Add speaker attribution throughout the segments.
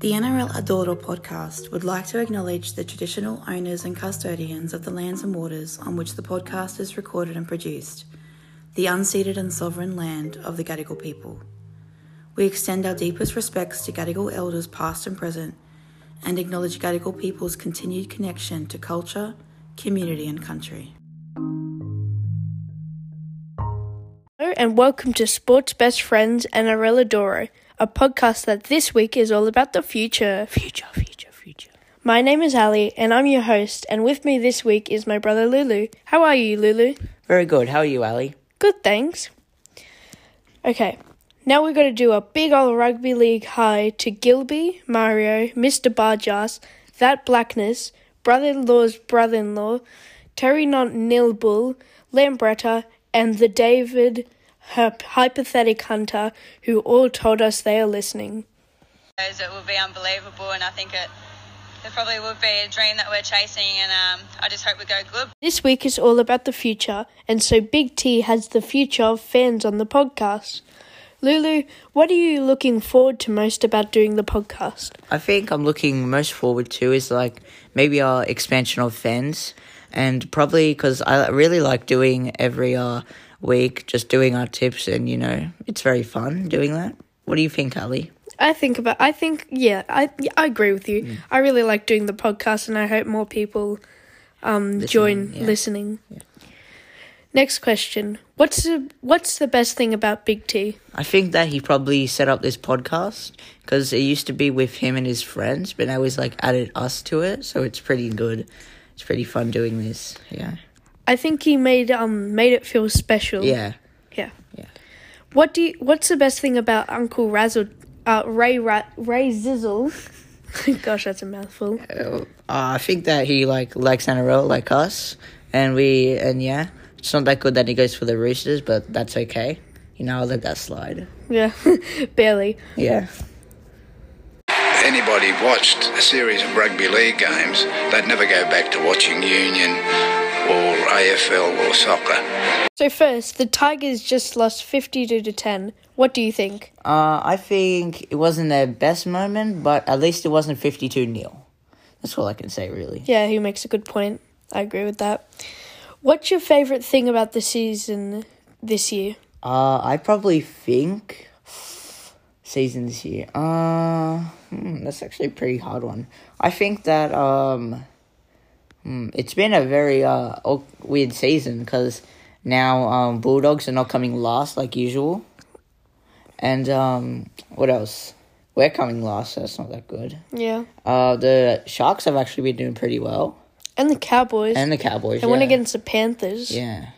Speaker 1: The NRL Adoro podcast would like to acknowledge the traditional owners and custodians of the lands and waters on which the podcast is recorded and produced, the unceded and sovereign land of the Gadigal people. We extend our deepest respects to Gadigal elders past and present and acknowledge Gadigal people's continued connection to culture, community, and country.
Speaker 2: Hello and welcome to Sports Best Friends and Arelladoro, a podcast that this week is all about the future. Future, future, future. My name is Ali and I'm your host, and with me this week is my brother Lulu. How are you, Lulu?
Speaker 3: Very good. How are you, Ali?
Speaker 2: Good, thanks. Okay, now we're going to do a big old rugby league hi to Gilby, Mario, Mr. Barjas, That Blackness, Brother in Law's Brother in Law, Terry Not Nilbull, Lambretta, and the David Hyp- Hypothetic Hunter, who all told us they are listening.
Speaker 4: goes, it will be unbelievable, and I think it it probably would be a dream that we're chasing, and um, I just hope we go good.
Speaker 2: This week is all about the future, and so Big T has the future of fans on the podcast. Lulu, what are you looking forward to most about doing the podcast?
Speaker 3: I think I'm looking most forward to is like maybe our expansion of fans, and probably because I really like doing every uh, week, just doing our tips, and you know, it's very fun doing that. What do you think, Ali?
Speaker 2: I think about. I think yeah. I yeah, I agree with
Speaker 3: Mm.
Speaker 2: you. I really like doing the podcast, and I hope more people um join
Speaker 3: yeah.
Speaker 2: listening. Next question: What's the what's the best thing about Big T?
Speaker 3: I think that he probably set up this podcast because it used to be with him and his friends, but now he's like added us to it, so it's pretty good. It's pretty fun doing this. Yeah.
Speaker 2: I think he made um made it feel special.
Speaker 3: Yeah.
Speaker 2: yeah.
Speaker 3: Yeah.
Speaker 2: What do you, what's the best thing about Uncle Razzle? Uh, Ray Ra- Ray Zizzle. Gosh, that's a mouthful.
Speaker 3: Uh, I think that he like likes NRL like us, and we and yeah, it's not that good that he goes for the Roosters, but that's okay. You know, I'll let that slide.
Speaker 2: Yeah, barely.
Speaker 3: Yeah,
Speaker 5: anybody watched a series of rugby league games, they'd never go back to watching Union or AFL or soccer.
Speaker 2: So first, the Tigers just lost fifty-two to ten. What do you think?
Speaker 3: uh, I think it wasn't their best moment, but at least it wasn't fifty-two 0 That's all I can say, really.
Speaker 2: Yeah, he makes a good point. I agree with that. What's your favorite thing about the season this year?
Speaker 3: Uh, I probably think season this year. Uh, hmm, that's actually a pretty hard one. I think that um, hmm, it's been a very uh au- weird season because now um Bulldogs are not coming last like usual, and um, what else? We're coming last, so that's not that good.
Speaker 2: Yeah,
Speaker 3: Uh, the Sharks have actually been doing pretty well,
Speaker 2: and the Cowboys.
Speaker 3: and the Cowboys.
Speaker 2: they won
Speaker 3: yeah.
Speaker 2: against the Panthers,
Speaker 3: Yeah.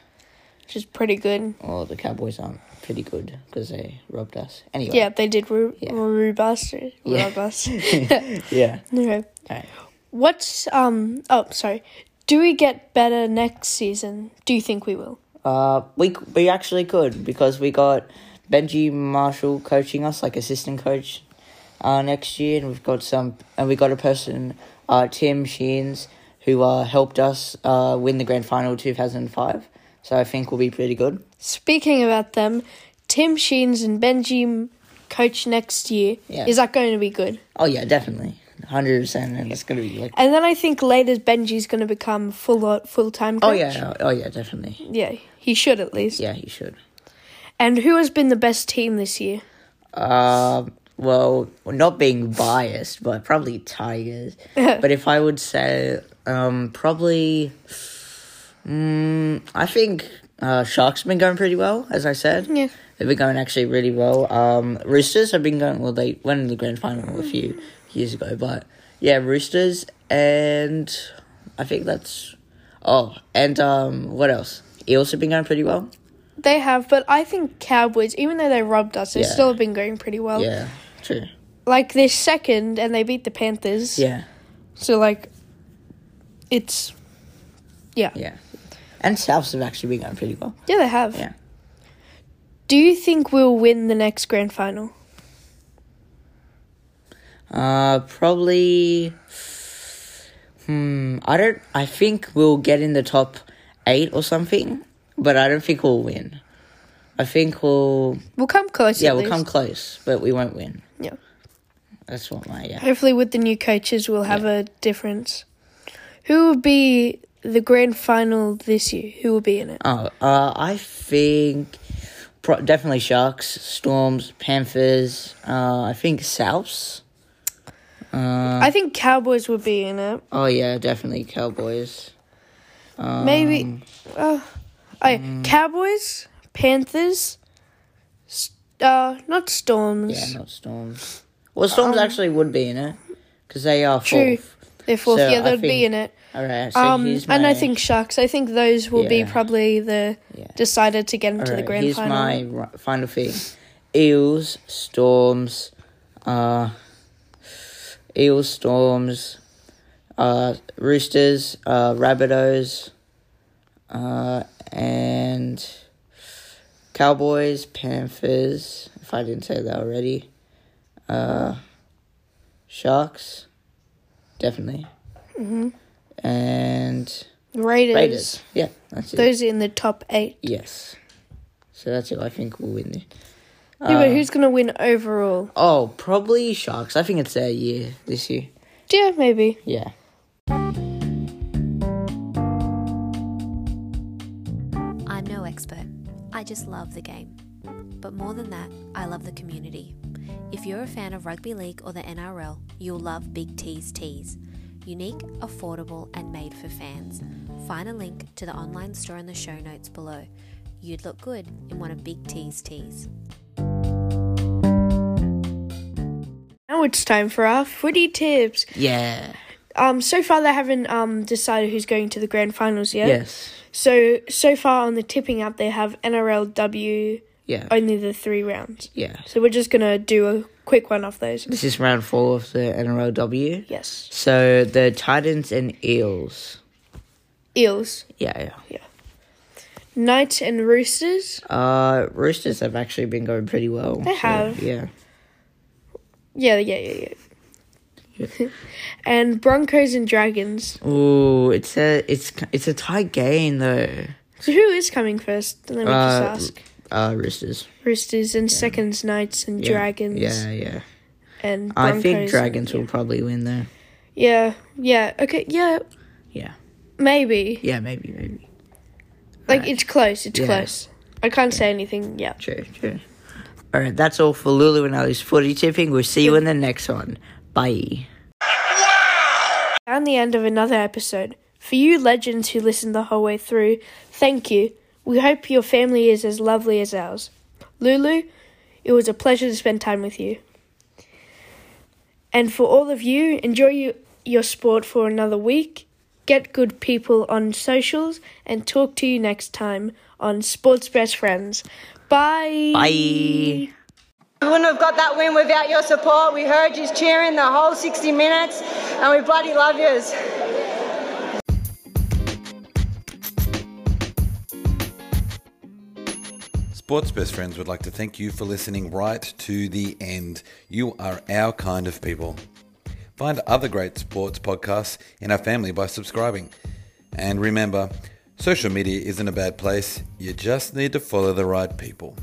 Speaker 2: which is pretty good.
Speaker 3: Well, the Cowboys aren't pretty good because they robbed us. Anyway.
Speaker 2: Yeah, they did ru-
Speaker 3: Yeah.
Speaker 2: rub us.
Speaker 3: Yeah.
Speaker 2: Rub us.
Speaker 3: Yeah.
Speaker 2: okay.
Speaker 3: Alright.
Speaker 2: What's um? Oh, sorry. Do we get better next season? Do you think we will?
Speaker 3: Uh, we we actually could because we got Benji Marshall coaching us like assistant coach uh, next year, and we've got some and we got a person uh, Tim Sheens who uh, helped us uh, win the grand final two thousand five. So I think we'll be pretty good.
Speaker 2: Speaking about them, Tim Sheens and Benji M- coach next year.
Speaker 3: Yeah.
Speaker 2: Is that going to be good?
Speaker 3: Oh yeah, definitely, hundred percent, and it's gonna be like
Speaker 2: And then I think later Benji's going to become full full time coach.
Speaker 3: oh yeah, oh yeah, definitely,
Speaker 2: yeah, he should at least.
Speaker 3: yeah, you should.
Speaker 2: And who has been the best team this year?
Speaker 3: Um, well, not being biased, but probably Tigers. but if I would say, um, probably, mm, I think uh, Sharks have been going pretty well, as I said.
Speaker 2: Yeah.
Speaker 3: They've been going actually really well. Um, Roosters have been going well. They went in the grand final a few years ago, but yeah, Roosters and I think that's. Oh, and um, what else? Eels have been going pretty well.
Speaker 2: They have, but I think Cowboys, even though they robbed us, they
Speaker 3: Yeah.
Speaker 2: still have been going pretty well.
Speaker 3: Yeah, true.
Speaker 2: Like they're second and they beat the Panthers.
Speaker 3: Yeah.
Speaker 2: So like, it's yeah, yeah,
Speaker 3: Yeah. And Souths have actually been going pretty well.
Speaker 2: they have.
Speaker 3: Yeah.
Speaker 2: Do you think we'll win the next grand final?
Speaker 3: Uh, probably. Hmm. I don't. I think we'll get in the top eight or something, but I don't think we'll win. I think we'll.
Speaker 2: We'll come close.
Speaker 3: Yeah,
Speaker 2: at
Speaker 3: we'll
Speaker 2: least.
Speaker 3: come close, but we won't win.
Speaker 2: Yeah.
Speaker 3: That's what my yeah.
Speaker 2: Hopefully, with the new coaches, we'll have a difference. Who will be the grand final this year? Who will be in it?
Speaker 3: Oh, uh, I think pro- definitely Sharks, Storms, Panthers. Uh, I think Souths.
Speaker 2: I think Cowboys will be in it.
Speaker 3: Oh yeah, definitely Cowboys.
Speaker 2: Maybe.
Speaker 3: Um,
Speaker 2: Oh, okay,
Speaker 3: mm.
Speaker 2: Cowboys, Panthers, s- uh, not Storms. Um,
Speaker 3: Yeah, not Storms. Well, Storms actually would be in it because they are
Speaker 2: True.
Speaker 3: fourth.
Speaker 2: They're fourth.
Speaker 3: So
Speaker 2: yeah,
Speaker 3: I
Speaker 2: they'd be
Speaker 3: think-
Speaker 2: in it.
Speaker 3: All right. So
Speaker 2: Um,
Speaker 3: here's my,
Speaker 2: and I think Sharks. I think those will be
Speaker 3: Yeah.
Speaker 2: probably the
Speaker 3: Yeah.
Speaker 2: decided to get
Speaker 3: all
Speaker 2: into the
Speaker 3: right,
Speaker 2: grand
Speaker 3: here's
Speaker 2: final.
Speaker 3: my ri- final thing: Eels, Storms, uh, Eels, Storms, uh, Roosters, uh, Rabbitohs, uh, and Cowboys, Panthers. If I didn't say that already, uh, Sharks, definitely, mm-hmm. and
Speaker 2: Raiders.
Speaker 3: Raiders. Yeah, that's it.
Speaker 2: Those are in the top eight.
Speaker 3: Yes. So that's who I think will win it. Uh.
Speaker 2: anyway, who's gonna win overall?
Speaker 3: Oh, probably Sharks. I think it's their year this year.
Speaker 2: Yeah, maybe.
Speaker 3: Yeah.
Speaker 6: I'm no expert. I just love the game. But more than that, I love the community. If you're a fan of rugby league or the NRL, you'll love Big T's Tees. Unique, affordable, and made for fans. Find a link to the online store in the show notes below. You'd look good in one of Big T's tees.
Speaker 2: Now it's time for our footy tips.
Speaker 3: Yeah.
Speaker 2: Um, so far they haven't um decided who's going to the grand finals yet.
Speaker 3: Yes.
Speaker 2: So so far on the tipping app they have NRLW
Speaker 3: Yeah.
Speaker 2: only the three rounds.
Speaker 3: yeah.
Speaker 2: So we're just gonna do a quick one off those.
Speaker 3: This is round four of the NRLW.
Speaker 2: Yes.
Speaker 3: So the Titans and Eels.
Speaker 2: Eels,
Speaker 3: Yeah,
Speaker 2: Knights and Roosters.
Speaker 3: yeah. Uh, Roosters have actually been going pretty well. They
Speaker 2: have.
Speaker 3: Yeah.
Speaker 2: Yeah, yeah, yeah, yeah. and Broncos and Dragons.
Speaker 3: Ooh, it's a it's it's a tight game though.
Speaker 2: So who is coming first? Let me just
Speaker 3: Uh,
Speaker 2: ask.
Speaker 3: Uh, Roosters.
Speaker 2: Roosters and seconds, Knights and
Speaker 3: Yeah.
Speaker 2: Dragons.
Speaker 3: Yeah, yeah.
Speaker 2: And
Speaker 3: I
Speaker 2: Broncos.
Speaker 3: think Dragons will probably win though.
Speaker 2: Yeah, yeah. Okay, yeah,
Speaker 3: Yeah.
Speaker 2: maybe.
Speaker 3: Yeah, maybe, maybe.
Speaker 2: Like it's close. It's
Speaker 3: Uh, Yeah.
Speaker 2: close. I can't say anything yet.
Speaker 3: True, true. All right, that's all for Lulu and Ali's footy tipping. We'll see you in the next one. Bye.
Speaker 2: And the end of another episode. For you legends who listened the whole way through, thank you. We hope your family is as lovely as ours. Lulu, it was a pleasure to spend time with you. And for all of you, enjoy you, your sport for another week. Get good people on socials and talk to you next time on Sports Best Friends. Bye.
Speaker 3: Bye.
Speaker 7: We wouldn't have got that win without your support. We heard you cheering the whole 60 minutes, and we bloody love yous.
Speaker 8: Sports Best Friends would like to thank you for listening right to the end. You are our kind of people. Find other great sports podcasts in our family by subscribing. And remember, social media isn't a bad place, you just need to follow the right people.